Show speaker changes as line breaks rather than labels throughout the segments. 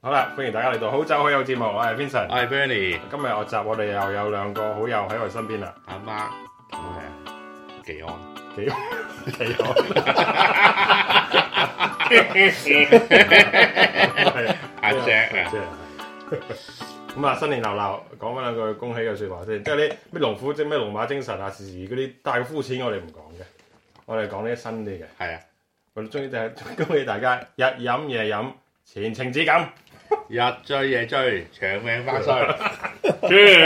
好啦，歡迎大家嚟到好酒好友節目，我係 Vincent。
我係 Bernie，
今日我集我哋又有兩個好友喺我身邊啦，
阿 Mark 同埋技安。
幾幾好。係啊
阿 Jack 啊
阿 Jack 咁啊，新年流流，講翻兩句恭喜嘅説話先，即係啲咩龍虎精、咩龍馬精神啊、時時嗰啲太膚淺，我哋唔講嘅，我哋講啲新啲嘅。
係啊，
我哋中意就係 恭喜大家日飲夜飲，前程似錦。
日追夜追，長命百歲。
Cheers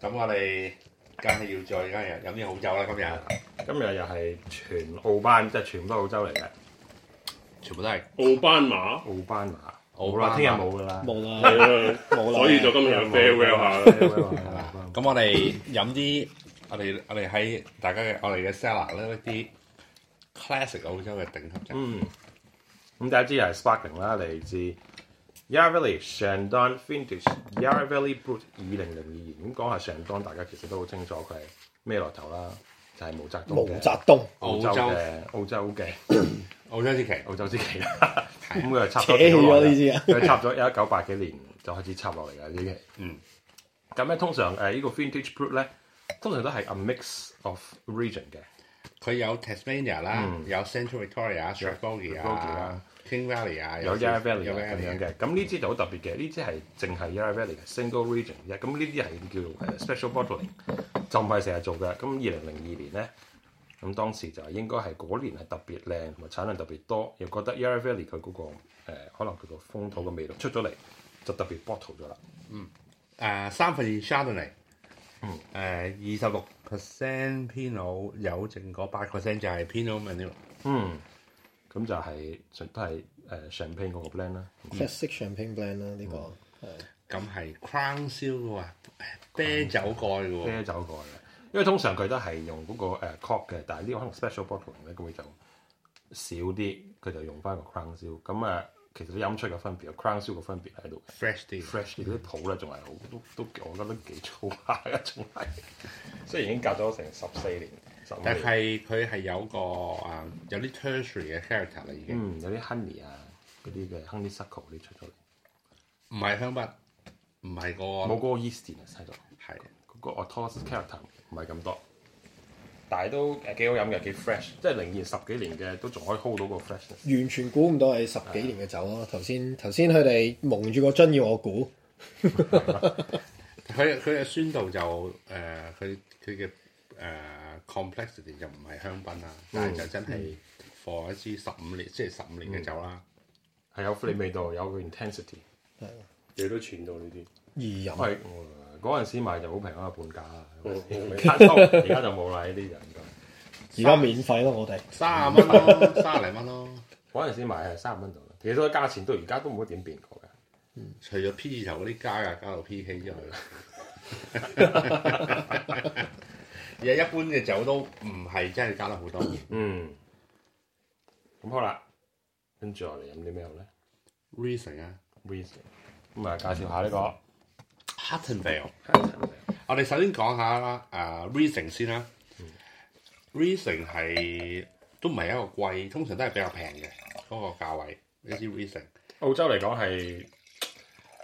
咁我哋梗係要再今日飲啲好酒啦，今日
今日又係全澳班，即係全部都澳洲嚟嘅
全部都係
奧班馬
澳班馬。好
澳班馬
啦，聽日冇噶啦。
冇啦，
係啊，
冇啦。
所以就今日 farewell 下。
farewell
啦
下。
咁我哋飲啲我哋我哋喺大家嘅我哋嘅 cellar 咧一啲 classic 澳洲嘅頂級酒。
嗯，咁第一支啊係 Sparkling 啦，嚟自 Yarraville Shandon Vintage Yarraville Brut 二零零二年。咁講下 Shandon，大家其實都好清楚佢係咩來頭啦，就係毛澤
毛
東嘅
澤東
澳洲嘅澳洲啊嘅
澳洲之奇，
澳洲之旗啦。咁佢係插
扯
咗
起
幾
咗呢
耐
支啊，
佢插咗一九八幾年就開始插落嚟㗎呢啲。
嗯，
咁咧通常誒呢個 Vintage Brut 咧，通常都係 a mix of region 嘅。
佢有 Tasmania 啦，
嗯
有 Central Victoria、s t r a b o r i
Strathbogie
啊
啊、
King Valley 啊，
有 Yarra Valley
有
啊咁樣
Yarra Valley 啊
嘅，咁呢支就好特別嘅，呢支係淨係 Yarra Valley 嘅 single region 嘅，咁呢啲係叫誒呃 special bottling，就唔係成日做嘅。咁二零零二年咧，咁當時就應該係嗰年係特別靚，同埋產量特別多，又覺得 Yarra Valley 佢嗰、個、呃、可能佢個風土嘅味道出咗嚟，就特別 bottle 咗啦。
誒啊三分二 Chardonnay，誒
嗯
二十六 percent Pinot 有剩嗰八 percent 就係 Pinot Meunier，
嗯，咁就係、都係誒 champagne 嗰個 blend 啦。
classic champagne blend 啦，呢個係
咁係 Crown 燒嘅喎，
嗯
啤酒蓋嘅喎，
啤酒蓋嘅，因為通常佢都係用嗰個誒 cork 嘅，但係呢個可能 special bottling 咧，咁佢就少啲，佢就用翻個 crown 燒。咁啊，其實都飲出個分別有，crown 燒個分別喺度嘅。
fresh 啲，
fresh 啲嗰啲泡咧，仲係好都都，我覺得幾粗下嘅，仲係。雖然已經隔咗成十四年、十五
但
年，
係佢係有個誒有啲 tertiary 嘅 character 啦已經，
嗯，有啲 honey 啊，嗰啲嘅 honey suckle 啲出咗嚟，
唔係香筆，唔係個
冇嗰個 yeastiness 喺度，
係
嗰個 a t o s character 唔係咁多，但係都誒幾好飲嘅，幾 fresh，即係零二十幾年嘅都仲可以 hold 到個 freshness。
完全估唔到係十幾年嘅酒咯。頭先頭先佢哋蒙住個樽要我估，
佢佢嘅酸度就誒佢佢嘅誒 complexity 就唔係香檳啦，但係就真係 for 一支十五年即係十五年嘅酒啦。
係有你味道，有個 intensity。
你都傳到呢啲，
易飲。
係嗰陣時買就好平啦，半價啊啦。而家收，而家就冇啦呢啲就應該。
而家免費咯，我哋
三十蚊咯，三十零蚊咯。
嗰陣時買係三十蚊度啦，其實個價錢到而家都冇乜點變過嘅。
除咗 P 字頭嗰啲加啊價加到 PK 之外， 而家一般嘅酒都唔係真係加得好多。
嗯，咁好啦，跟住我哋飲啲咩好咧
Reason 啊
r i s 咁啊，介紹下呢個
h a t t o n v a l e
係
我哋首先講下啦，誒、Reason 先啦。Reason 係都唔係一個貴，通常都係比較平嘅嗰個價位。呢支 Reason
澳洲嚟講係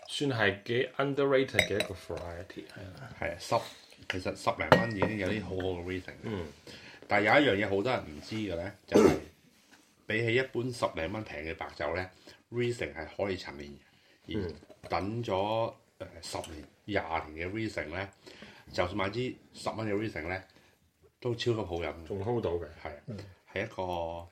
算係幾 underrated 嘅一個 variety。
係啊十，其實十零蚊已經有啲好好嘅 Reason。
嗯，
但係有一樣嘢好多人唔知嘅咧，就係、比起一般十零蚊平嘅白酒咧，Riesling 係可以陳年嘅，而等咗誒十年、廿年嘅 Riesling 咧，就算買支十蚊嘅 Riesling 咧，都超級好飲嘅，
仲 hold 到嘅。
係係一個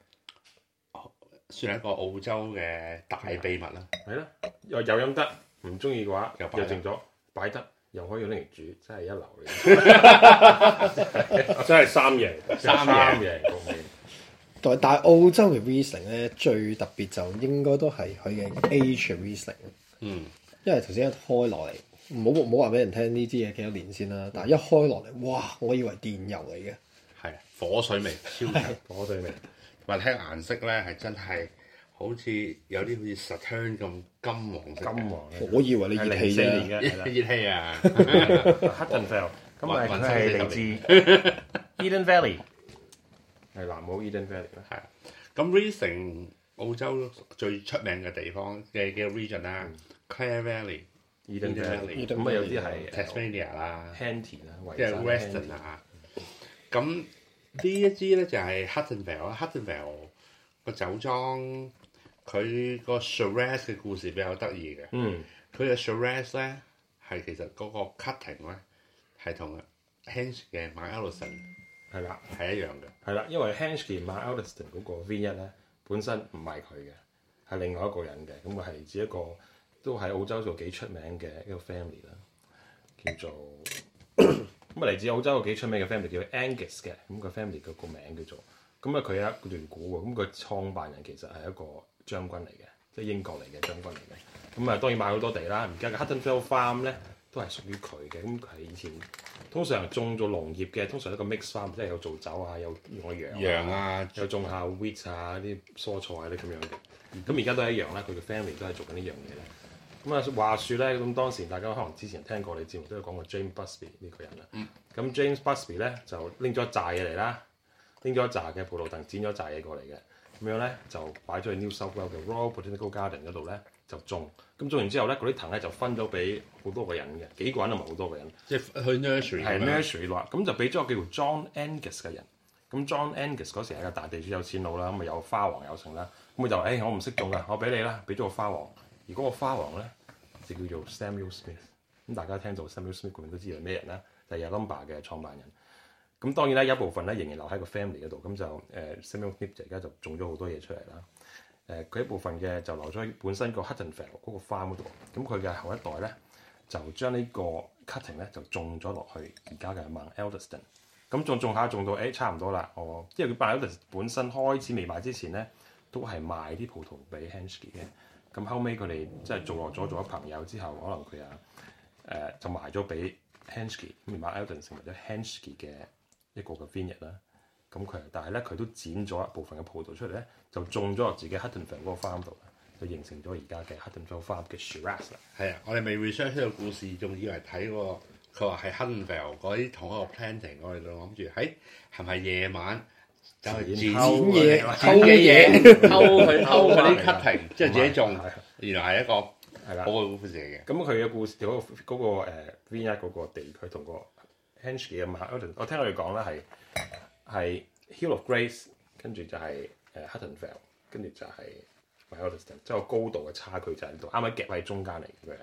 算係一個澳洲嘅大秘密啦。
係啦，又又飲得，唔中意嘅話
又擺
又
得
剩咗，擺得又可以攞嚟煮，真係一流嘅。
真係三贏。
三
三贏
嘢
局面，
但但係澳洲嘅 Riesling 咧最特別就應該都係佢嘅 age 嘅 Riesling，
嗯，
因為頭先一開落嚟，唔好唔好話俾人聽呢支嘢幾多年先啦。但係一開落嚟，哇！我以為電油嚟嘅，
係火水味超強。
火水味。
同埋聽顏色咧係真係好似有啲好似 Saturn 咁金黃色嘅，
金黃咧，
我以為你
係
熱
零四
氣啊啫。
年嘅係啦
熱氣啊！
，Huttonfell。咁啊，佢
雲雲山
係
四
嚟
十
自 Eden Valley，係南澳 Eden Valley 啦。
係啊，咁 Racing 澳洲最出名嘅地方嘅嘅 region 啦，Clare Valley、
伊登
Eden
Valley，
Valley
咁啊有啲係
Tasmania 啦，
Henty 啦，維
即係
珍
Dạ, Western 啊。咁呢一支咧就係 Hutton Vale 啦，Hutton Vale 個酒莊佢個 Shiraz 嘅故事比較得意嘅。
嗯，
佢嘅 Shiraz 咧係其實嗰個 cutting 咧係同 Hensch 嘅 m y e l l i s o n
係啦，
係一樣嘅。
係啦，因為 Henschke 買 Elliston 嗰個 V 一咧，本身唔係佢嘅，係另外一個人嘅，咁佢係指一個都喺澳洲做幾出名嘅一個 family 啦，叫做 咁啊嚟自澳洲有幾出名嘅 family 叫 Angus 嘅，咁個 family 嘅個名叫做，咁啊佢有一段古喎，咁佢創辦人其實係一個將軍嚟嘅，即係英國嚟嘅將軍嚟嘅，咁啊當然買好多地啦，而家嘅 Hutton Vale Farm 咧都係屬於佢嘅，咁佢係以前。通常種做農業嘅，通常一個 mix farm，即係有做酒啊，有用個羊
羊啊，
有種下 wheat 啊、啲蔬菜啊啲咁樣嘅。咁而家都係一樣啦，佢嘅 family 都係做緊呢樣嘢啦。咁啊話說咧，咁當時大家可能之前聽過你節目都有講過 James Busby 呢個人啦。咁、James Busby 咧就拎咗一扎嘢嚟啦，拎咗一扎嘅葡萄藤剪咗一扎嘢過嚟嘅，咁樣咧就擺咗去 New South Wales 嘅 Royal Botanical Garden 嗰度咧就種。咁種完之後咧，嗰啲藤咧就分咗俾好多個人嘅，幾個人同埋好多個人。
即係去 nursery
係
咁樣
nursery 啦，咁就俾咗個叫做 John Angus 嘅人。咁 John Angus 嗰時係個大地主有錢佬啦，咁啊有花王有成啦，咁佢就誒、欸我唔識種噶，我俾你啦，俾咗個花王。而嗰個花王咧就叫做 Samuel Smith。咁大家聽到 Samuel Smith 個名都知係咩人啦，就係 Number 嘅創辦人。咁當然啦，有一部分咧仍然留喺個 family 嗰度，咁就誒、呃 Samuel Smith 就而家就種咗好多嘢出嚟啦。誒、佢一部分嘅就留咗喺本身個 Hutton f e l d 嗰個 farm 嗰度，咁佢嘅後一代咧就將呢個 cutting 咧就種咗落去而家嘅 Mount Elderston。咁種種下種到誒、欸差唔多啦，我因為佢 Mount Elderston 本身開始未買之前咧，都係賣啲葡萄俾 Henschke 嘅。咁後尾佢哋即係做落咗做咗朋友之後，可能佢啊誒就賣咗俾 Henschke，咁 Mount Elderston 或者 Henschke 嘅一個嘅 vineyard 啦。咁佢但係咧佢都剪咗一部分嘅葡萄出嚟咧，就種咗落自己 Huttonfield 嗰個 farm 度啦，就形成咗而家嘅 Huttonfield farm 嘅 Shiraz 啦。
係啊，我哋未 research 呢個故事，仲以為睇個佢話係 Hunvale 嗰啲同一個 planting，我哋就諗住，喺係咪夜晚走去
剪
剪
偷
嘢
偷嘅嘢，偷佢偷
偷
嗰啲
翻嚟
cutting，即係自己種
唔係，
原來係一個好
係啦。
嘅故事嚟嘅。
咁佢嘅故事嗰、個嗰、個誒 V 一嗰個地區同個 Henschke 嘅馬，我聽佢哋講啦，係係 Hill of Grace，跟住就係誒 Huttonfell，跟住就係 m y o l i s t o n 即係個高度嘅差距就喺呢度，啱啱夾喺中間嚟嘅佢係，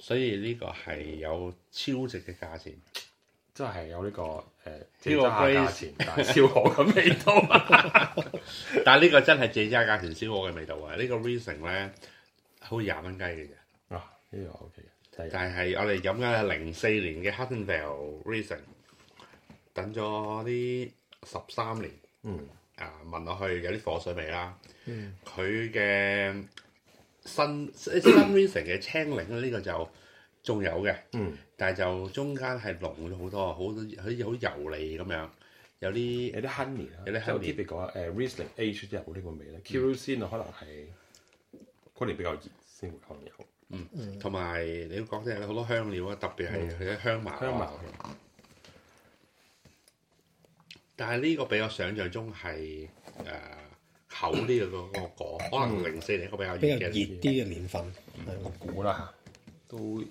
所以呢個係有超值嘅價錢。
即係有呢、個誒借
Hill
渣
of
價
Grace
錢，但係燒鵝嘅味 道。
但係呢個真係借渣價錢燒鵝嘅味道啊！呢個 reason 咧，好似廿蚊雞嘅啫。
啊，呢個 OK 嘅，第二
但係我哋飲緊係零四年嘅 Huttonville Racing，等咗呢十三年，
嗯，
啊聞落去有啲火水味啦。佢嘅新新 Racing 嘅青檸呢個就仲有嘅，
嗯，
但係就中間係濃咗好多，好好似好油膩咁樣，有啲
有啲 honey 啦，
有啲 honey
即係 typical 啊誒 Riesling H 都有呢個味咧 k i r u s i n 可能係嗰年比較熱先會可能有。
同埋你都講真有好多香料啊，特別
嗯
係佢嘅香茅啊。
香茅
但係呢個比我想象中係誒、呃厚啲嘅嗰個果，可能零四年一個比較熱
比較熱
嘅
啲嘅年份，係咯
估啦嚇，都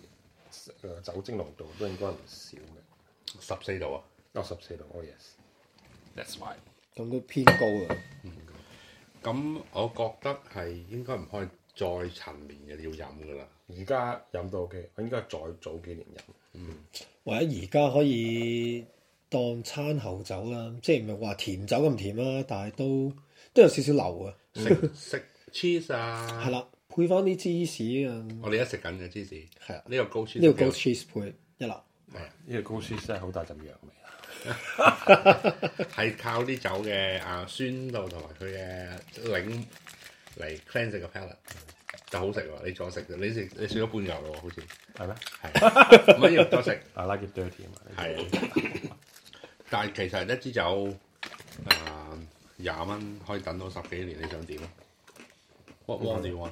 誒、酒精濃度都應該唔少嘅。
十四度啊。
哦，十四度，oh yes，that's why。
咁都偏高啊。
咁我覺得係應該唔可以再陳年嘅要飲㗎啦。
而家飲到 OK，我應該再早幾年飲。
或者而家可以當餐後酒啦，即係唔係話甜酒咁甜啦，但係都都有少少流啊。
食食 cheese 啊
係，啦，配翻啲芝士啊，
我哋而家食緊嘅芝士，呢
係啊，
個高芝士
呢個 goat cheese 配一流。
呢個高斯真係好大陣藥味啊啦。
係靠啲酒嘅啊酸度同埋佢嘅檸嚟 cleanse 個 palate，就好食喎。你再食，你食你食咗半牛咯喎，好似
係咩
係唔緊要，再食。
？I like it dirty 啊嘛。
係，但係其實一支酒誒廿蚊可以等到十幾年，你想點啊？What more do you want？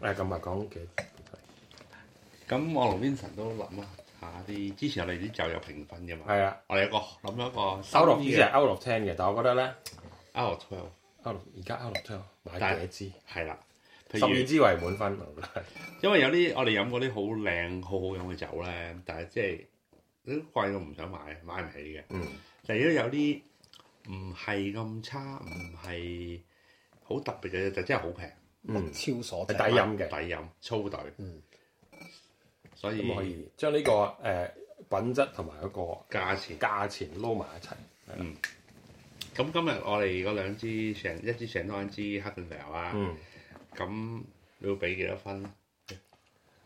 誒咁啊，講嘅
咁我同 Vincent 都諗啦，下啲之前我哋啲酒有評分嘅嘛，
係啊，
我哋有個諗咗一個
out
收
of
啲
呢只係
嘅
out of ten 嘅，但我覺得咧
out of twelve
而家 out of t w
但
買幾
係
支？
係啦，譬
十二
如
支為滿分，啊我覺得係
因為有啲我哋飲嗰啲好靚好好飲嘅酒咧，但係即係都貴到唔想買，買唔起嘅。
嗯，
但係都有啲唔係咁差，唔係好特別嘅，就真係好平，啊
嗯
超所
係抵
睇。
飲嘅
抵飲，粗隊。
嗯，
所以
咁可以將呢個誒品質同埋嗰個
價錢。
價錢撈埋一齊。
咁今日我哋嗰兩支成一支成多一支黑罐肥牛啊，
嗯，
咁、你要俾幾多分？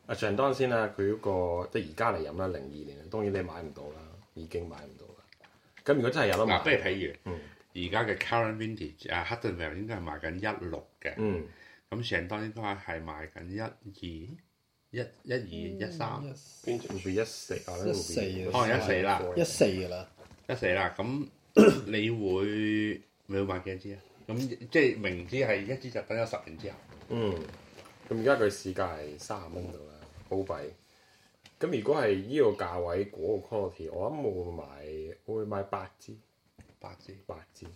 阿長當啊先啦，佢嗰個即係而家嚟飲啦，零二年，當然你買唔到啦，已經買唔到啦。咁如果真係有得
嗱，不如
買，
譬如
嗯
而家嘅 current vintage 啊，黑頓牛應該係賣緊一六嘅，
嗯
咁成多應該係賣緊一二一一
嗯
二一三
嗯
邊
一
隻？
會一四啊，
一四啊
可能哦一四啦
一四㗎啦，
一四 啦。咁你會你會買幾多支啊？咁即係明知係一支就啊等咗十年之後，
嗯，咁而家佢市價係三十蚊度啦，好幣。咁如果係呢個價位嗰個 quality，我諗我會買，我會買八支，
八支，
八支。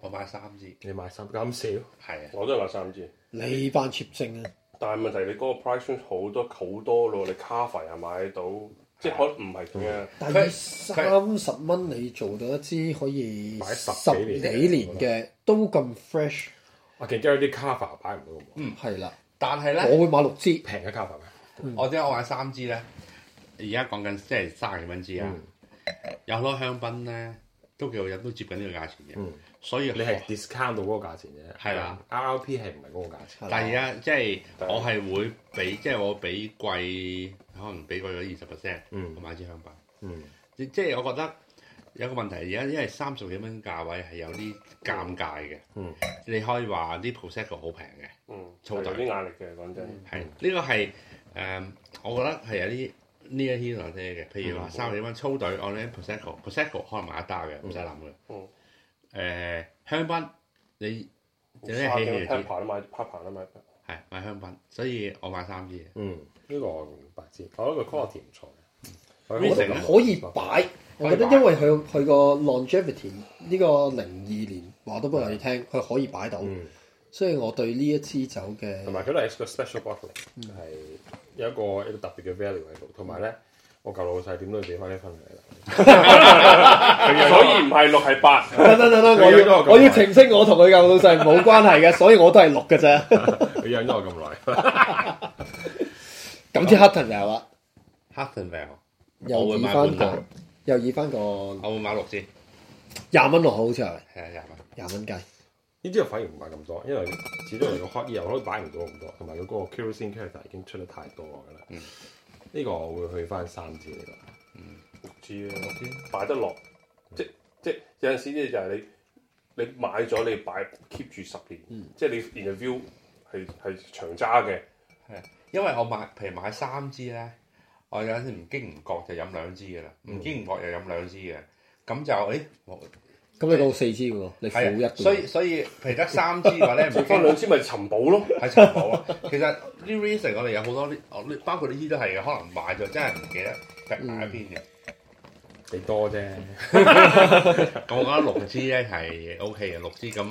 我買三支，
你買三咁少？
係啊，
我都係買三支，
你班 cheap 精啊！
但係問題你嗰個 price range 好多好多咯，你卡費又買到，即係
啊
可能唔係啊咁嘅。
但係三十蚊你做到一支可以
擺十
十
幾
幾
年
年嘅都咁 fresh，
我其實有啲 cover 擺唔到
嗯
咁喎，
係啦，
但係咧。
我會買六支。
平嘅 cover 咩？
我即係我買三支咧，而家講緊即係三十幾蚊支啊，有好多香檳咧都幾好飲，都接近呢個價錢嘅，
嗯
所以
你係 discount 到嗰個價錢啫，
係啦
，RRP 係唔係嗰個價錢？
但係而家即係我係會俾即係我俾貴，可能俾貴咗二十 percent，
嗯
我買支香檳，
嗯，
即即係我覺得。有個問題，而家因為三十幾蚊價位係有啲尷尬嘅，
嗯
你可以話啲 Prosecco 好平嘅，
嗯，
粗
係
大
有啲壓力嘅，講真。
係呢、個係誒、我覺得係有啲呢一啲來嘅，譬如話三十幾蚊粗隊，我哋 Prosecco，Prosecco 可能買一打嘅，唔使諗嘅。誒、
嗯嗯
香檳，你有啲
三
喜
幾蚊
氣就知
Pepper 都買 Pepper 都買。
係買香檳，所以我買三支嘅。
嗯，呢個我明白知，我覺得個 quality 唔錯嘅。我
我
覺
覺
得
得
呢
可以擺。我覺得因為佢佢個 longevity 呢個零二年話都俾我哋聽，佢可以擺到，
嗯，
所以我對呢一支酒嘅
啊
同埋佢都係一個 special bottle，係有一個一個特別嘅 value 喺度，同埋咧，我舊老細點都要俾翻啲分嚟啦。
啊
所以唔係六係八。
等等等等，我
佢養咗我
要
咁耐
我要澄清，我同佢嘅老細冇關係嘅，所以我都係綠 嘅啫。
佢養咗我咁耐，
咁啲黑藤又啦，
Hudson Vale，我
又
會
以
買半
翻個
打，
又以翻個
我會買六支，
廿蚊落好似係
係啊廿蚊。
廿蚊雞。
呢啲我反而唔買咁多，因為始終嚟講 hot 油都擺唔到咁多，同埋佢嗰個 kerosene character 已經出得太多㗎啦。
嗯
呢個我會去翻三支呢個。
六支啊，擺得落，即即有陣時咧就係你你買咗你擺 keep 住十年，
嗯
即係你 interview 係係長揸嘅，
因為我買，譬如買三支咧，我有陣時唔經唔覺就飲兩支嘅啦，唔經唔覺又飲兩支嘅，咁就誒，我
咁你到四支嘅喎，你負一
係啊，
嘅
所
喎。
以所以譬如得三支嘅話 咧，唔經
剩翻兩支咪尋寶咯。
係尋寶啊！其實呢 reason 我哋有好多啲，我包括呢啲都係嘅，可能買咗真係唔記得劈埋一邊嘅。
你多啫，
咁我覺得六支咧係 OK 嘅，六支咁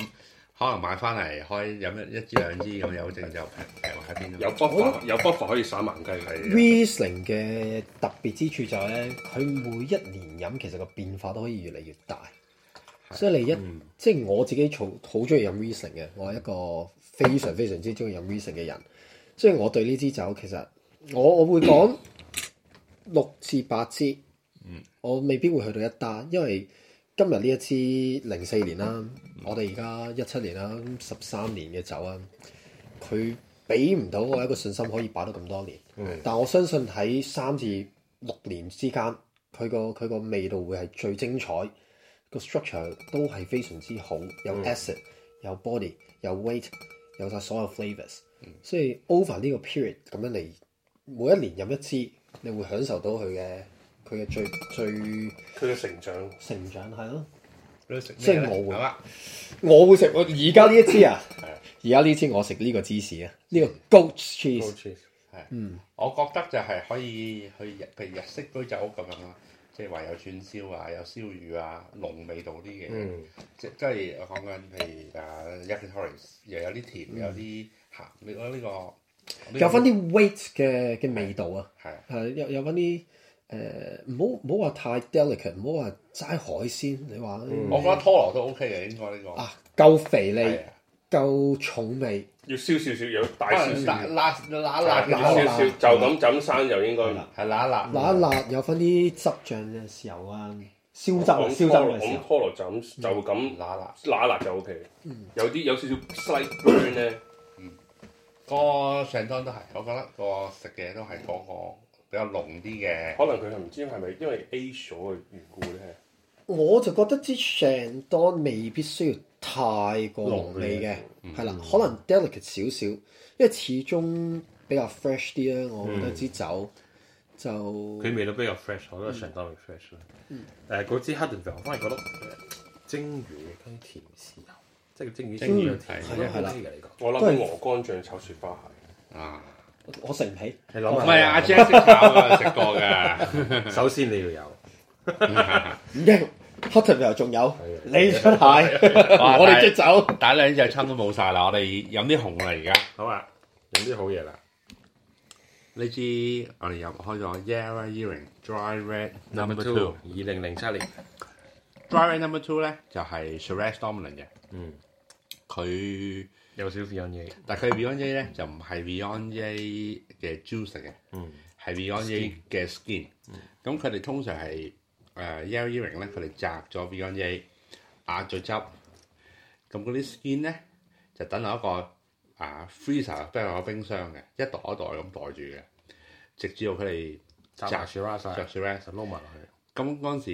可能買翻嚟開飲一一支兩支咁有剩就劈劈埋一邊
有
咯。
buffer 有 buffer 可以散萬雞係。
Riesling 嘅特別之處就係咧，佢每一年飲其實個變化都可以越嚟越大，所以你一、即係我自己好好中意飲 Riesling 嘅，我係一個非常非常之中意飲 Riesling 嘅人，所以我對呢支酒其實我我會講六至八支，我未必會去到一打，因為今日呢一支零四年啦，我哋而家一七年啦，十三年嘅酒啊，佢俾唔到我一個信心可以擺到咁多年，
嗯
但我相信喺三至六年之間，佢個佢個味道會係最精彩。個 structure 都係非常之好，有
嗯
acid、有 body、有 weight、有晒所有 flavors，、所
嗯
以 over 呢個 period 咁樣嚟，每一年飲一支，你會享受到佢嘅佢嘅最最
佢嘅成長，
成長係咯。
即
即係我會
好啦，
我會食我而家呢一支 啊，而家呢支我食呢個芝士啊，呢、個 goat
哦
cheese，
cheese
係我覺得就係可以去日譬如日式居酒屋咁樣啦，即係話有串燒啊，有燒魚啊，濃味道啲嘅，
嗯
即即係我講緊譬如啊 yakitori 又有啲甜，又有啲鹹，你覺得呢個
嗯有翻啲 weight 嘅嘅味道啊，
係啊
係有有翻啲誒唔好唔好話太 delicate，唔好話齋海鮮，你話哎
我覺得拖羅都 OK 嘅，應該呢個
啊夠肥
嗯係
膩、
啊，
夠重味，
要燒少少，有大
可
少
能
少，
嗯
辣辣辣辣
辣
嘅
少
辣
口
少，就咁就咁生就應該。
嗯
係辣辣，
辣一辣有翻啲汁醬嘅時候啊，燒汁啊燒汁嘅時
咁
候，
菠蘿就
嗯
咁就咁
辣辣。
辣一辣就 O K。有啲有少少 slight burn 咧，
個上當都係，我覺得個食嘅都係嗰個比較濃啲嘅。
可能佢係唔知係咪因為 A 咗嘅緣故咧。
我就覺得支 s h a n d o n 未必需要太過濃味嘅，係啦，可能 delicate 少少，因為始終比較 fresh 啲啦，我覺得支酒就
佢味道比較 fresh，我覺得相當於 fresh 啦。誒嗰支黑盾肥，我反而覺得誒呃蒸魚跟甜豉油，即係蒸魚
蒸魚
有甜
係
我覺得
係啦
OK 嘅你講。
我諗
都係
起鵝肝醬炒雪花蟹，
啊，
我食唔起。
你諗
唔
下，
係啊，阿 Jack 識炒啊，食過 㗎。
首先你要有，
唔驚，hot tub 又仲有
係啊
你出蟹，我哋隻酒
打兩隻差唔多冇晒啦，我哋飲啲紅啦而家。
好啊，飲啲好嘢啦。
呢支我哋飲開咗 Yara Earring Dry Red Number Two。
二零零七年，
Dry Red Number Two 咧就係 Shiraz Dominant 嘅，
嗯，
佢
有少少樣嘢，
但佢 Beyond J 咧就唔係 Beyond J 嘅 juice 嚟嘅，
嗯
係 Beyond J 嘅 skin。咁佢哋通常係誒 Yellow Earring 咧，佢哋摘咗 Beyond J 壓咗汁，咁嗰啲 skin 咧就等落一個啊 freezer，即係落冰箱嘅，一袋一袋咁袋住嘅，直至到佢哋
炸埋 s h i r a
着
曬，
住咧。
就撈埋落去。
咁嗰陣時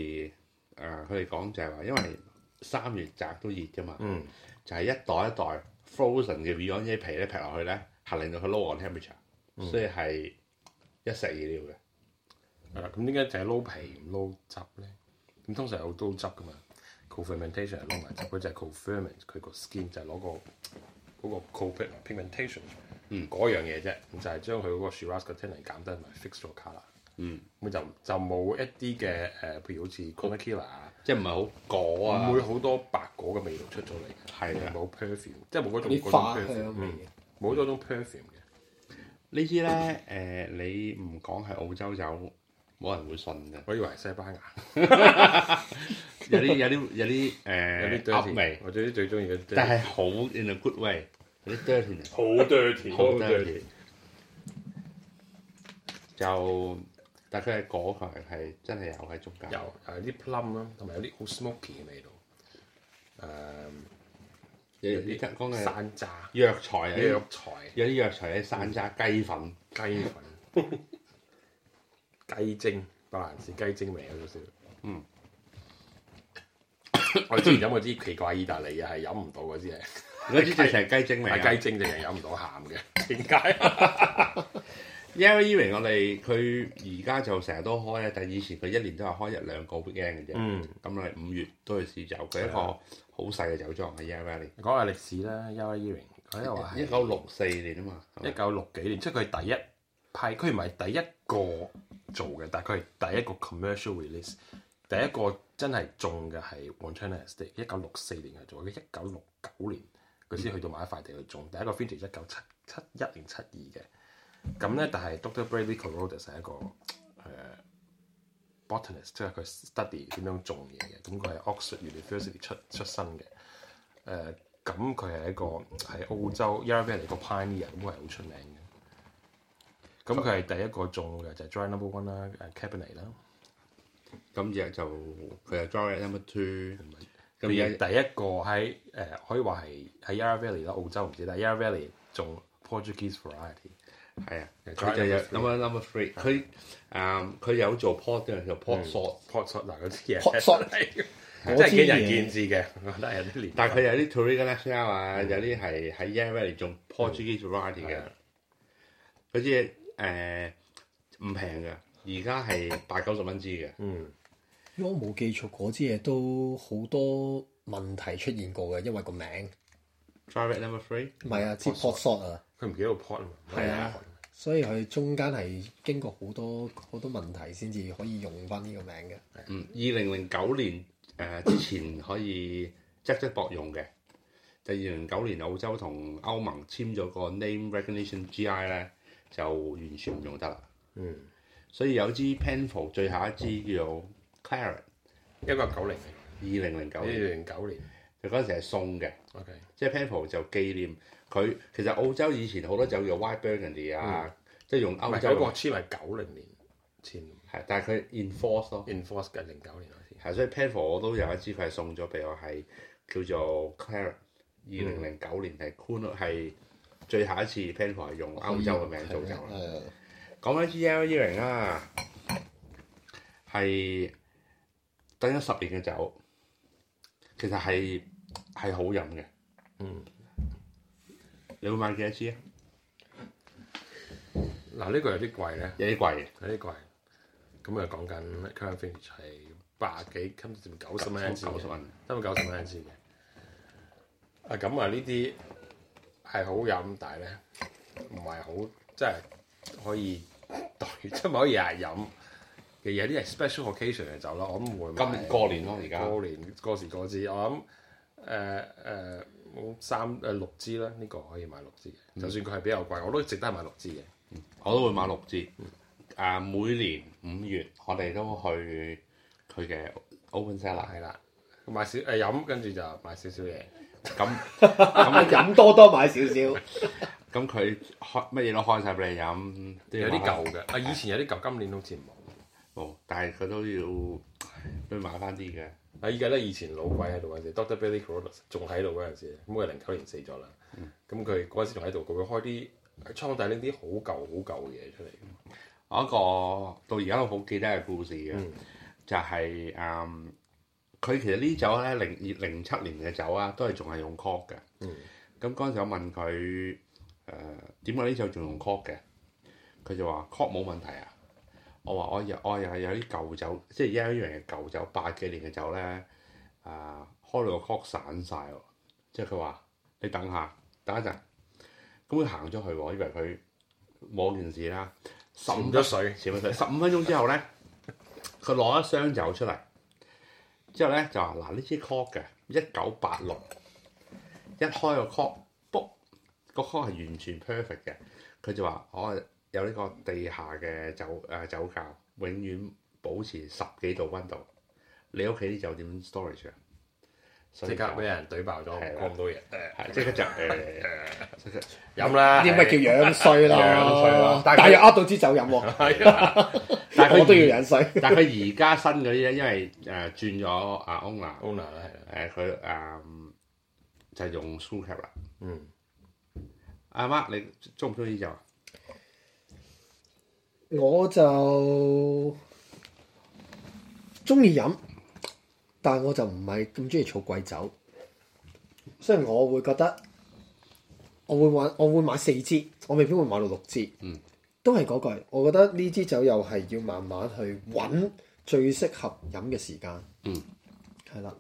誒，佢哋講就係話，因為三月摘都熱㗎嘛。
嗯，
就係一袋一袋 frozen 嘅 Beyond 椰皮咧劈落去咧，係令到佢 low on temperature，、所
嗯
以係一石二鳥嘅。
係啦。咁點解淨係撈皮唔撈汁咧？咁通常有撈汁噶嘛？co-fermentation 係撈埋汁，佢就係 co-ferment，佢個 skin 就係攞個嗰個 co-pigmentation，
嗯
嗰樣嘢啫，咁就係將佢嗰個 shiraz 嘅 tannin 減低，同埋 fix 咗 colour。
嗯，
咁就就冇一啲嘅誒，譬如好似 c o n a k i l a 啊。
即係唔係好果啊？
唔會好多白果嘅味道出咗嚟嘅，
係啊
冇 perfume，即係冇嗰種
啲
嗰種
花
perfume，
香味
嗯冇嗰種 perfume 嘅。
呢支咧誒、你唔講係澳洲酒，冇人會信嘅。
我以為係西班牙，
有啲有啲有啲
有啲
誒噏
dirty，
味，
我最最中意嘅 dirty。
但係好 in a good way，有啲 dirty，
好 dirty，
好
好 dirty。
dirty。就但佢係果佢係真係有喺中間。
有有啲 plum 啦，同埋有啲好 smoky 嘅味道。
有
有
啲
啲
講緊係
山楂、
藥材啊，
藥材、
有啲藥材喺山楂雞粉，
雞粉、 雞精，白蘭氏雞精味啊有少少。
嗯。
我之前飲嗰支奇怪意大利啊，係飲唔到嗰支係，
嗰啲就係雞精嚟
係
嘅。
雞精淨係飲唔到鹹嘅，點解？啊
y e l l o Earring 我哋佢而家就成日都開啊，但係以前佢一年都係開一兩個 weekend 嘅啫。
嗯。
咁我哋五月都去試酒，佢一個好細嘅酒莊係 y e l l o Valley，
講下歷史啦 y a Earing，佢又話
一
係
九六四年啊嘛，係
一
咪
九六幾年，即係佢係第一派，佢唔係第一個做嘅，但係佢係第一個 commercial release，第一個真係中嘅係 One China Estate，一九六四年係做嘅，一九六九年佢先去到買一塊地去種，第一個 vintage 一九七七一年七二嘅，咁咧但係 Doctor Bradley Carrodus 係一個誒、呃 botanist，即係佢 study 點樣種嘢嘅，咁佢係 Oxford University 出出身嘅。誒，咁佢係一個喺澳洲 Yarra Valley 個 pioneer，咁佢係好出名嘅。咁佢係第一個種嘅就係 Dry Number One 啦，誒 Cabernet 啦，
咁而家就佢又 draw number two，
佢
咁
係
而家
第一個喺誒可以話係喺 Yarra Valley 啦，澳洲唔知，但係 Yarra Valley 種 Portuguese variety，
係啊，
Dry
佢就有
number
number number three，佢啊誒佢有做 port 嘅，有 port sort，
pot shot 嗱嗰啲嘢
Pot shot
真係見仁
我知嘅
見智嘅，我覺得有啲年代。
但係佢有啲 t o r i g a n a t i o n a l 啊，有啲係喺 y e l l o Valley 種 Portuguese variety 嘅
係啊。
嗰支誒唔平嘅，而家係八九十蚊支嘅。
嗯
如果我冇記錯，嗰支嘢都好多問題出現過嘅，因為個名
Private Number Three
嗯唔係啊，支 pot shot 啊，
佢唔記得個 pot 啊嘛，
係啊，所以佢中間係經過好多好多問題先至可以用翻呢個名嘅。
嗯，二零零九年誒、呃之前可以側側膊用嘅，就二零零九年澳洲同歐盟簽咗個 name recognition GI 咧，就完全唔用得啦。
嗯，
所以有支 Penfolds 最後一支叫做 Claret，
一九九零
二零零九
二
年，
零零九年
佢嗰陣時係送嘅。
，OK，
即係 Penfolds 就紀念佢。其實澳洲以前好多酒叫 White Burgundy 啊，即係用
嗯唔
歐
係
洲
嗰個
嘅，
簽係九零年簽
係但係佢 enforce 咯。
，enforce 嘅零九年開始。
係，所以 Penfolds 我都有一支，佢係送咗俾我，係叫做 Claret。二
嗯
零零九年係 q u n 係最後一次 Penfolds 係用歐洲嘅
哦
名做酒啦。
係啊
講翻 G L 一零啦，係等咗十年嘅酒，其實係係好飲嘅。
嗯，
你會買幾多支啊？
嗱呢個有啲貴咧，
有啲貴嘅。
有啲貴。咁啊講緊 current finish 係百幾，今至九十蚊一支嘅
九十蚊，
得九十蚊一支嘅。啊咁啊呢啲係好飲，但係咧唔係好即係可以代， 即係唔可以日日飲嘅嘢。啲係 special occasion 嘅酒啦，我唔會買
今年過年咯，而家
過年過時過節，我諗誒誒冇三誒六支啦，呢個可以買六支
嗯
嘅。就算佢係比較貴，我都值得買六支嘅。
我都會買六支。啊，每年五月我哋都去佢嘅 open cellar。
係啦，買少誒飲，跟住就買少少嘢。
咁
啊
咁
飲多多 買少少。
咁佢開乜嘢都開晒俾你飲，都
有
要
啲
買返
舊嘅，啊以前有啲舊，今年好似冇。
冇，但係佢都要都要買翻啲嘅。
啊依家咧，以前老鬼喺度嗰陣時，Doctor Billy Carolus 仲喺度嗰陣時，咁佢零九年死咗啦。咁佢嗰陣時仲喺度，佢會開啲喺倉底拎啲好舊好舊嘅嘢出嚟。
我一個到而家都好記得嘅故事嘅，
嗯
就係、嗯佢其實呢酒咧零二零七年嘅酒啊，都係仲係用 cork 嘅。
嗯
咁嗰陣時我問佢誒點解呢酒仲用 cork 嘅，佢就話 cork 冇問題啊。我話我又我又係有啲舊酒，即係一樣嘅舊酒，八幾年嘅酒咧，啊、開到個 cork 散晒喎。即係佢話你等下，等一陣。咁佢行咗去喎，以為佢冇件事啦，十五
滲咗水，
潛水，十五分鐘之後咧，佢攞一箱酒出嚟，之後咧就話嗱呢支 cork 嘅一九八六，一開個 cork，卜個 cork 係完全 perfect 嘅，佢就話我有呢個地下嘅酒誒、呃酒窖，永遠保持十幾度温度，你屋企啲酒點 storage 啊？所以
即刻
就
俾？人懟爆咗，
係啦
講唔到嘢。誒
係即刻就誒。
飲啦，
啲咩叫樣衰啦？
樣衰啦但係佢
但係又呃到支酒飲喎，
係啊？
但係佢
我都要樣衰。
但係佢而家新嗰啲咧，因為誒、呃、轉咗阿 owner。
owner 啦，係啦，
誒佢誒就用 s c r a p 啦。
嗯，
阿媽，你中唔中意呢隻啊？
我就中意飲，但係我就唔係咁中意儲貴酒，所以我會覺得我會買我會買四支，我未必會買到六支。
嗯，
都係嗰句，我覺得呢支酒又係要慢慢去揾最適合飲嘅時間。
嗯，
係啦，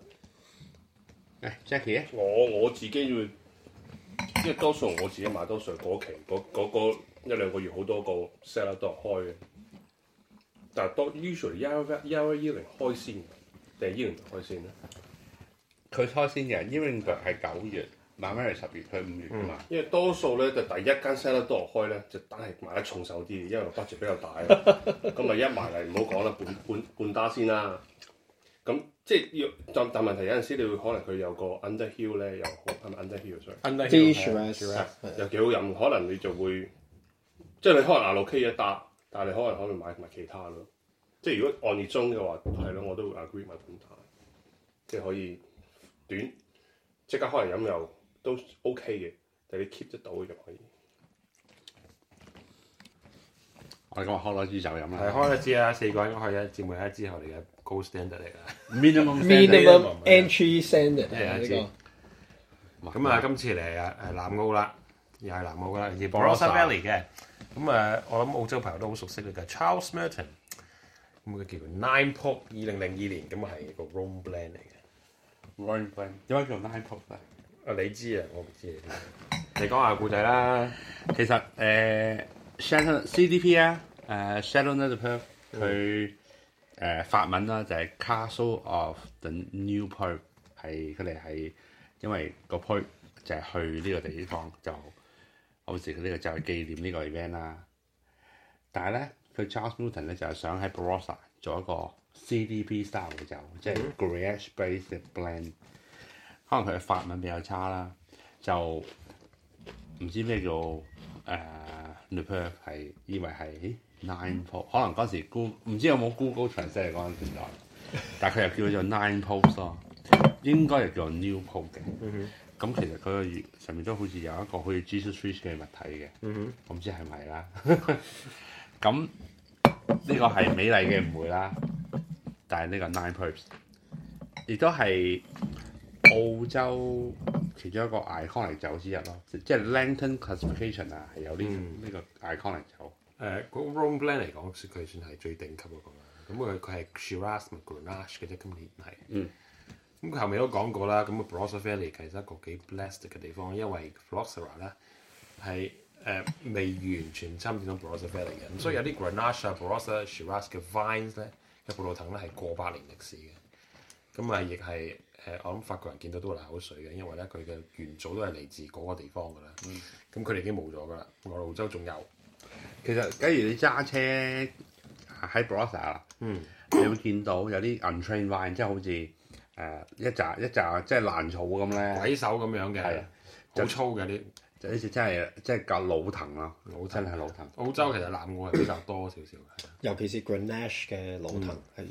誒 Jackie 啊咧，
我我自己會，因為多數我自己買多數係嗰期嗰嗰嗰一兩個月好多個 set up 都係開嘅，但係多 usually 一 r 一 r 一零開先嘅，定係一零開先咧？
佢開先嘅 e w i n g b e r 係九月 m a m a r y 十月，佢五月㗎嘛。
因為多數咧就第一間 set up 都係開咧，就單係買得重手啲嘅，因為個 budget 比較大啦。咁咪一埋嚟唔好講啦，半半半打先啦。咁即係要，但但問題有陣時你會可能佢有個 underhill 咧，又好係咪 underhill sorry？
啲
Underhill 係啊
Shiraz 係啊
又幾好飲，可能你就會即係你可能牙 K 一打，但係你可能可能買埋其他咯。即係如果按月中嘅話，係咯，我都會 agree 買短打，即係可以短即刻可能飲又都 OK 嘅，但係你 keep 得到嘅就可以。
我哋今日開多支酒飲
係
啦。
開一支啦，四個人開一支，每一支後嚟嘅高 standard 嚟㗎。
minimum standard
minimum
minimum entry standard
係啊
係呢
知
個。
咁啊，今次嚟啊誒南澳啦，又係南澳啦，而 Barossa
Barossa
Valley 嘅。咁啊，我諗澳洲朋友都好熟悉佢嘅 Charles Merton，咁佢叫 Nine Pop 二零零二年，咁啊係個 Rome Blend 嚟嘅。
Roy Glen 點解叫 nine pop 咧？
啊，你知啊，我唔知你知。你講下故仔啦，
其實誒 s 呃 Shannon CDP 啊，誒 Shannon n e p e r 佢誒法文啦就係 Castle of the New Perth，係佢哋係因為個 Perth 就係去呢個地方就，好似佢呢個就係紀念呢個 event 啦。但係咧，佢 Charles Newton 咧就係想喺 Barossa 做一個 CDP style 嘅酒，即係 Grenache based blend。可能佢嘅法文比較差啦，就〜唔知咩叫誒 n e p e r 係以為係 nine post，可能嗰時 Google 唔知有冇 Google Translate 嗰陣時代，但係佢又叫做 nine post 咯，應該係叫做 new post 嘅。咁其實佢個月上面都好似有一個好似 Jesus Fish 嘅物體嘅，
嗯
我唔知係咪啦。 咁呢個係美麗嘅誤會啦，但係呢個 nine post 亦都係澳洲其中一個 iconic 酒之一咯，即即係 Langton classification 啊，係有呢
嗯
呢個 iconic 酒。
誒個 Rome Blend 嚟講，佢算係最頂級嗰個啦。咁佢佢係 Shiraz 同 Grenache 嘅啫，今年係。
嗯。
咁佢後面都講過啦，咁個 Barossa Valley 其實一個幾 blessed 嘅地方，因為 Barossa 咧係誒未完全侵佔到 Barossa Valley 嘅，咁所以有啲 Grenache 啊、Barossa、Shiraz 嘅 vines 咧嘅葡萄藤咧係過百年歷史嘅。咁啊，亦係誒，我諗法國人見到都會流口水嘅，因為咧佢嘅元祖都係嚟自嗰個地方㗎啦。咁佢哋已經冇咗㗎啦，我哋澳洲仲有。
其實，假如你揸車喺 Barossa 啦，
嗯，
你會見到有啲 untrained wine，即係好似誒、呃一扎一扎即係爛草咁咧，
鬼手咁樣
係
嘅
啊，
好粗嘅啲
就好似真係即係嚿老藤啊咯，
老
真
藤
係老藤。
澳洲其實南澳係比較多少少嘅，
尤其是 Grenache 嘅老藤係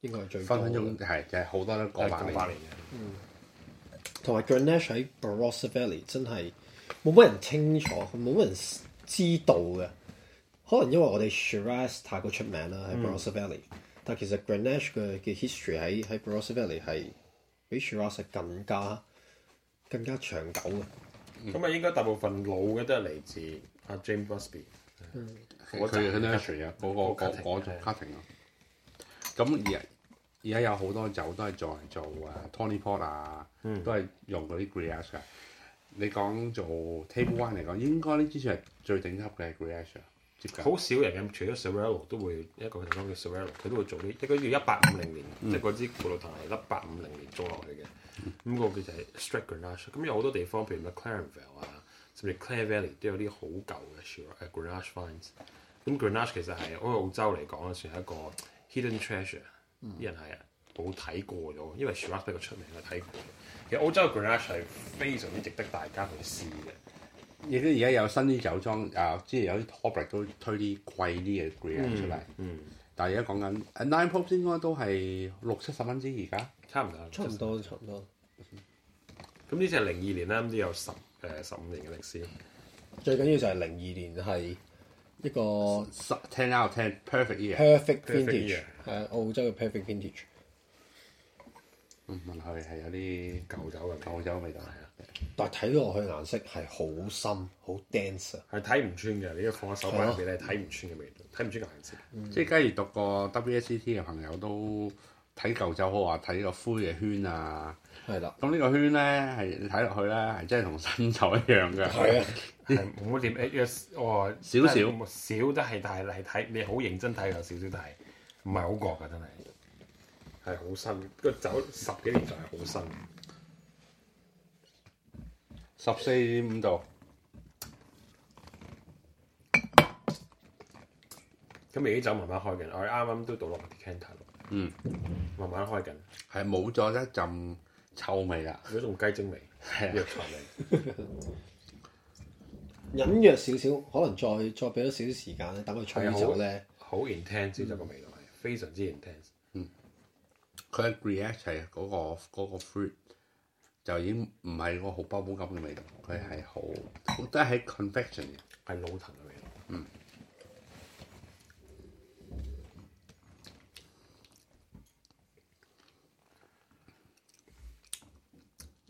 應該係最多
嗯分
嘅
分鐘係就係好多都過
係
百
九
年
八。年嘅。
同埋 Grenache 喺 Barossa Valley 真係冇乜人清楚，冇乜人知道嘅。可能因為我哋 Shiraz 太過出名啦喺 Barossa Valley，、但其實 Grenache 嘅嘅 history 喺喺 Barossa Valley 係比 Shiraz 係更加更加長久嘅。
嗯
咁啊，應該大部分老嘅都係嚟自阿 James Busby。
佢佢嘅 nursery 啊，嗰個
嗰個
嗰嗰
cutting，
種
係
cutting 啊。咁而家而家有好多酒都係做嚟做啊 Tony Port 啊，都係用嗰啲 Grenache 嘅。你講做 table wine 嚟講，應該呢支算係最頂級嘅 Grenache，接近。
好少人嘅，除咗 Serrano 都會一個地方叫 Serrano，佢都會做啲應該要一八五零年，
嗯
即係嗰支葡萄藤係一八五零年種落去嘅。咁個叫就係 Straight Grenache。咁有好多地方，譬如 McLaren Vale 啊，甚至 Clare Valley 都有啲好舊嘅 Shiraz 誒 Grenache vines。咁 Grenache 其實係喺澳洲嚟講算係一個 hidden treasure，啲
嗯
人係冇睇過咗，因為 Shiraz 比較出名嘅睇過。其實澳洲嘅 Grenache 係非常之值得大家去試嘅。
亦都而家有新啲酒莊啊，之前有啲 topic 都推啲貴啲嘅 Grenache 出嚟。
嗯，
但係而家講緊啊 Nine Pop 應該都係六七十蚊支而家。
差唔多，
差唔多，差唔多。
咁呢只係零二年啦，咁都有十誒十五年嘅歷史。
最緊要就係零二年係一個
Ten out of ten perfect year。
perfect
Perfect
vintage，
year
係啊澳洲嘅 perfect vintage。
嗯聞落去係有啲
舊酒啊嘅
舊酒味道。
但係睇落去顏色係好深，好 dense 啊！
係睇唔穿嘅，你一放喺手板入邊咧，睇唔穿嘅味道，睇唔穿嘅顏色。
即係假如讀過 WSET 嘅朋友都睇舊酒好話睇個灰嘅圈啊，
係啦，
咁呢個圈咧係你睇落去咧係真係同新酒一樣
係
嘅，
啊，
係冇乜點 yes 哦，
少少
真係少都係，但係係睇你好認真睇有少少睇，唔係好覺㗎真係，係好新個酒十幾年就係好新。
十四點五度，
咁而啲酒慢慢開緊，我哋啱啱都倒落個 decanter 咯。
嗯，
慢慢開緊，
係冇咗一陣臭味啦。
有種雞精味、
係啊
藥材味。
隱約少少，可能再再俾多少少時間咧，等佢吹走咧。
好 intense 呢個味道係非常之 intense。
佢嘅 react 係嗰個嗰個 fruit 就已經唔係個好包保感嘅味道，佢係好好都係 convection 嘅。
係老藤嘅味道。嗯。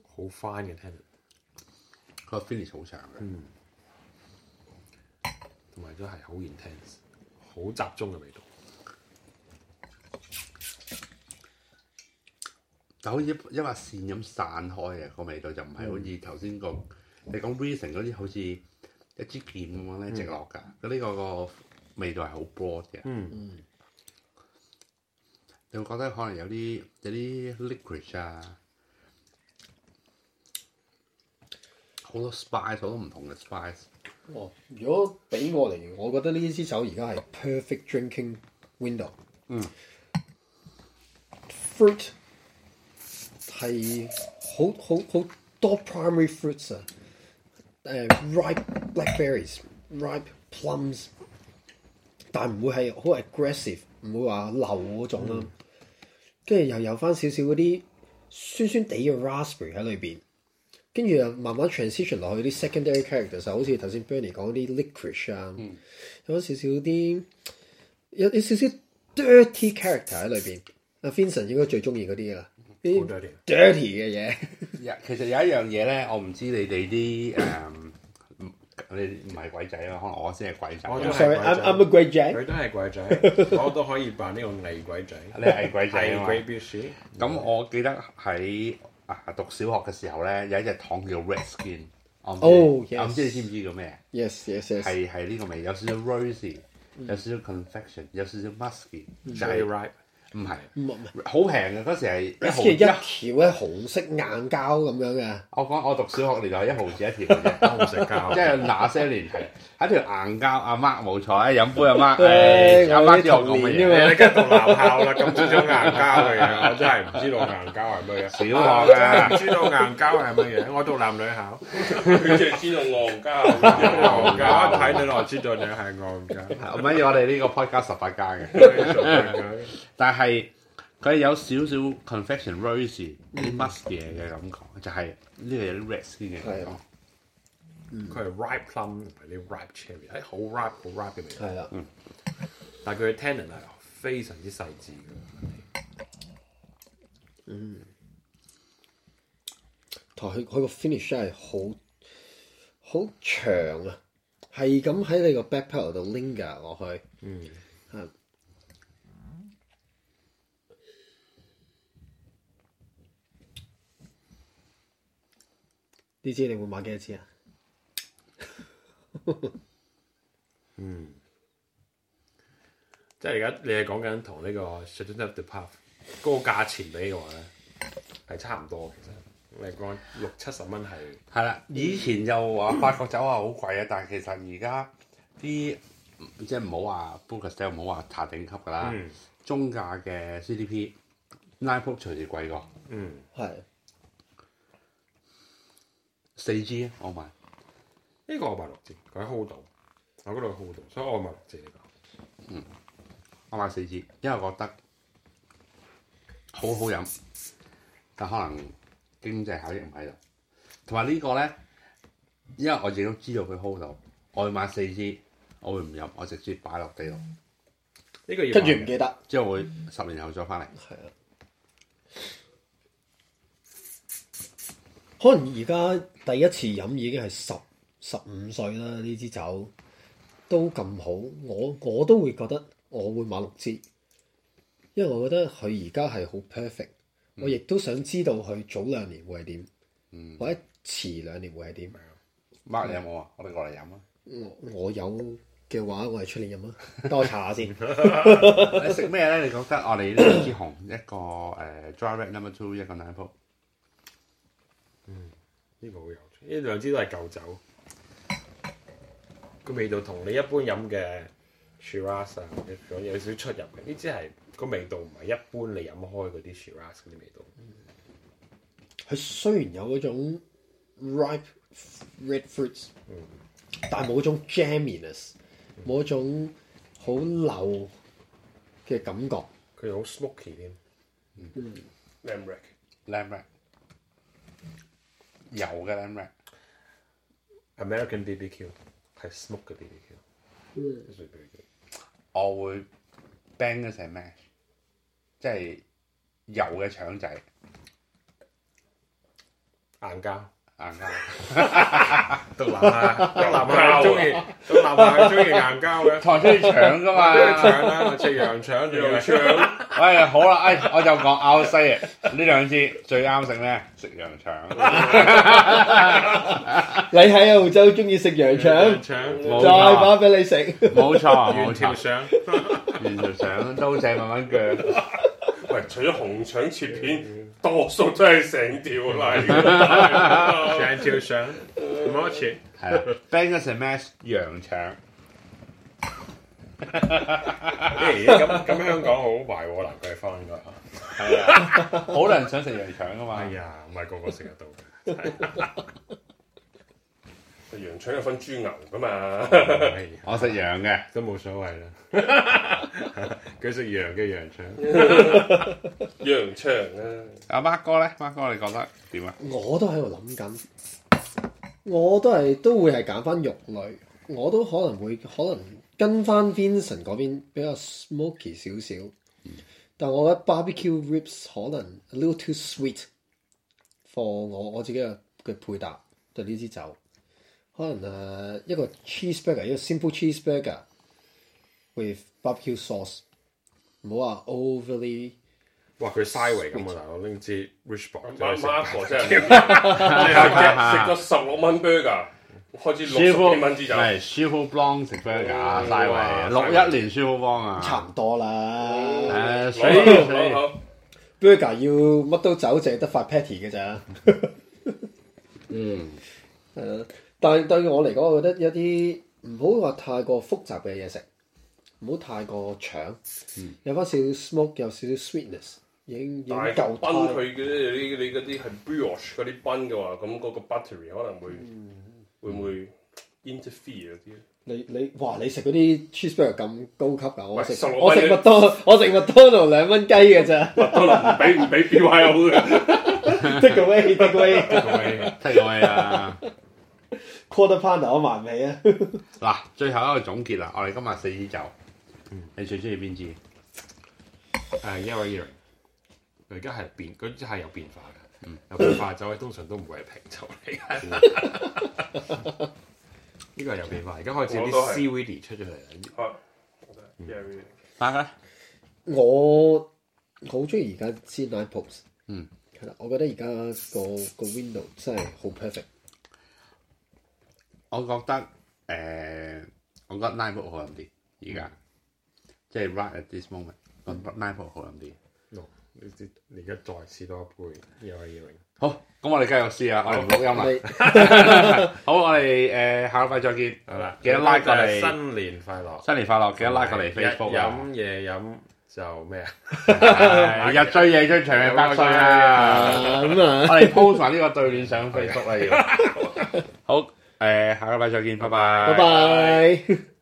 好 fine 嘅聽落，
佢個 finish 好長嘅，
同埋都係好 intense，好集中嘅味道。
但好似一一把線嗯咁散開嘅個味道，就唔係好似頭先個你講 reason 嗰啲好似一支片咁樣咧直落㗎。咁呢個個味道係好 broad 嘅，
嗯
你會覺得可能有啲有啲 liquid 啊，好多 spice，好多唔同嘅 spice。
哦，如果俾我嚟，我覺得呢支酒而家係 perfect drinking window。嗯，fruit 係好好好多 primary fruits 啊，誒、ripe uh, blackberries、ripe plums，但唔會係好 aggressive，唔會話流嗰種
嗯
啦。跟住、又有翻少少嗰啲酸酸地嘅 raspberry 喺裏邊。跟住又慢慢 transition 落去啲 secondary character，就好似頭先 Bernie 講啲 licorice 啊，
嗯
有少少啲有有少少 dirty character 喺裏邊。阿 Vincent 應該最中意嗰啲啦，啲
嗯 dirty
dirty 嘅嘢。
有其實有一樣嘢咧，我唔知你哋啲誒，唔你唔係鬼仔啊啦，可能我先係鬼仔。
我都
I'm
係
sorry,
鬼
I'm
仔
I'm a great Jack。
佢都係鬼仔， 我都可以扮呢個偽鬼仔，
你係鬼仔啊
偽
嘛？
鬼 b i s h
咁我記得喺啊讀小學嘅時候咧，有一隻糖叫 Red Skin，我唔知
哦
我唔知
yes
你知唔知叫咩？
Yes, yes, yes。
係係呢個味，有少少 rosy，有
嗯
少少 confection，有少少 musky，就
j
係
ripe，
唔係
唔係唔
好平嘅嗰時係一毫
係，一條
一。
咧紅色硬膠咁樣嘅。
我講我讀小學年代一毫子一條嘅 啫，
哦
我唔食
即
膠。
係那些年係喺條硬膠阿 Mark 冇錯，哎飲杯阿 Mark，
唉
阿
我
Mark
啲
又講
童
乜
年啊
嘢？
啫嘛
你跟到鬧校 啦，咁知咗硬膠嘅嘢，我真係唔知道硬膠係乜嘢。
小學
我
啊
真係唔知道硬膠係乜嘢，我讀男女 校，
佢就係知道戇鳩，
硬膠一睇你我知道你係硬膠。
唔緊 要，我哋呢個 podcast 十八加嘅。但係佢有少少 confection rose 啲 musk 嘢嘅感覺，就係呢個有啲 red skin 嘅感
係啊
覺。
佢係 ripe plum 唔係啲 ripe cherry，係好 ripe 好 ripe 嘅味道。
係啊啦，
但係佢嘅 tannin 係非常之細緻嘅。
同埋佢佢個 finish 真係好好長啊，係咁喺你個 back p a d l 度 linger 落去。啊
嗯，
係呢支你會買幾多支啊？
即係而家你係講緊同呢個 s h a d o w of the Puff 嗰個價錢比嘅話咧，係差唔多其實。你講六七十蚊係
係啦，以前就話法國酒啊好貴啊，但係其實而家啲即係唔好話 b o c a s t e l 唔好話茶頂級㗎啦，
嗯
中價嘅 CDP 拉 book 隨時貴過
嗯
係
四 G 啊我買。
呢個我買六折，佢喺 hold 到，我嗰度 hold 到，所以我買六折呢個。
我買四支，因為我覺得好好飲，但可能經濟效益唔喺度。同埋呢個咧，因為我亦都知道佢 hold 到，我會買四支，我會唔飲，我直接擺落地度，
呢個要
跟住
買
唔記得，
之後會十年後再翻嚟。
係啊。可能而家第一次飲已經係十十五歲啦，呢支酒都咁好，我我都會覺得我會買六支，因為我覺得佢而家係好 perfect，我亦都想知道佢早兩年會係點，或者遲兩年會係點。
Mark 你有冇啊？我哋過嚟飲啊！
我我有嘅話，我係出年飲啊，等我查下先。
你食咩咧？你覺得我哋呢兩支紅一個誒、dry red number two 一個 nine o
呢個好有趣，呢兩支都係舊酒，個味道同你一般飲嘅 Shiraz 啊，有有少少出入嘅。呢支係個味道唔係一般你飲開嗰啲 Shiraz 嗰啲味道。
佢雖然有嗰種 ripe red fruits，但係冇嗰種 jamminess，冇嗰種好流嘅感覺。
佢好 smoky 添，
Lamb Rack
lamb red 有嘅 lamb red。
American BBQ 係 smoke 嘅 BBQ。This is very good
我會 bang 咗成 mash，即係油嘅腸仔
硬膠，
硬膠。
獨男啊，獨男啊，中意咁立係 中意硬膠嘅，
台中意搶噶
我中意
嘛？
搶啦，我赤羊搶住
羊
佢。
腸，喂好啦，哎我就講拗西啊，呢兩支最啱食咩？食羊腸，
啊你喺澳洲中意食羊腸，
搶
冇
再把俾你食。
冇錯
完
冇
條
錯，
上，
原條腸刀仔慢慢鋸，
喂，除咗紅腸切片，多數都係成條嚟
啊
嘅。
上條上，唔好切。
係啦，Bang 一 smash 羊腸，
咦咁咁香港好賣喎，蘭桂坊應該嚇。
係啊，好多人想食羊腸噶嘛
哎，呀，唔係個個食得到嘅。
羊腸有分豬牛噶嘛？
哎呀
我食羊嘅。
都冇所謂啦。 佢食羊嘅羊腸，
羊腸啊，
阿 Mark 哥咧，Mark 哥你覺得點啊？
我都喺度諗緊，我都係都會係揀翻肉類，我都可能會可能跟翻 Vincent 嗰邊比較 smoky 少少，但我覺得 barbecue ribs 可能 a little too sweet for 我我自己嘅嘅配搭對呢支酒，可能誒、呃一個 cheeseburger 一個 simple cheeseburger with barbecue sauce，唔好話 overly
哇！佢嘥圍咁啊！嗱，我拎支 Rich b o
馬
x
馬哥真係食咗十六蚊 burger，開支六十幾蚊支
唔
酒，
係舒傅 Blanc 食 burger 啊，
嗯
曬圍
哇
六一年舒傅 Blanc
差
啊，
唔多啦。
誒
攞
水
口
水
攞口
burger 要乜都走，淨係得塊 patty 嘅咋。
嗯，
係咯，但係對我嚟講，我覺得有啲唔好話太過複雜嘅嘢食，唔好太過搶，有翻少少 smoke，有少少 sweetness，已經已經
但係
夠
崩佢
太。
嘅你你嗰啲係 brioche 嗰啲崩嘅話，咁嗰個 buttery 可能會會唔會 interfere 嗰啲？
你你哇！你食嗰啲 cheeseburger 咁高級㗎，我
喂
食
十六蚊
我食
嘅
麥當我食麥當勞兩蚊雞嘅咋
可能唔俾唔俾 BYO 嘅，
，take away take away
各位，
睇我啊！
quarter pounder 我埋尾啊！
嗱，最後一個總結啦，我哋今日四支酒，你最中意邊支？
誒一位一人，佢而家係變，佢係有變化嘅。有變化酒通常都唔會係平酒嚟 嘅。呢個係有變化，而家開始有
我
啲
都係
c w e d 出咗嚟啦。
啊我覺得 Jerry
八咧，
我好中意而家 C nine post，
嗯，
係啦，我覺得而家個個 window 真係好 perfect。
我覺得誒，我覺得 Nine Book 好飲啲，而家即係 right at this moment，覺得 Nine Book 好飲啲。
No，你知你而家再試多一杯一位一人。
好，咁我哋繼續試啊，我哋唔錄音啦。
你
好，我哋誒下個禮拜再見。
好啦，
記得拉過嚟
新年快樂，
新年快樂！記得拉過嚟 Facebook 啊！
飲嘢飲就咩啊？
日追夜追長
Dạ,
命百歲啊！
啊咁啊
我！哋 post 埋呢個對聯 上 Facebook 啦，要好誒，下個禮拜再見，拜拜，
拜拜。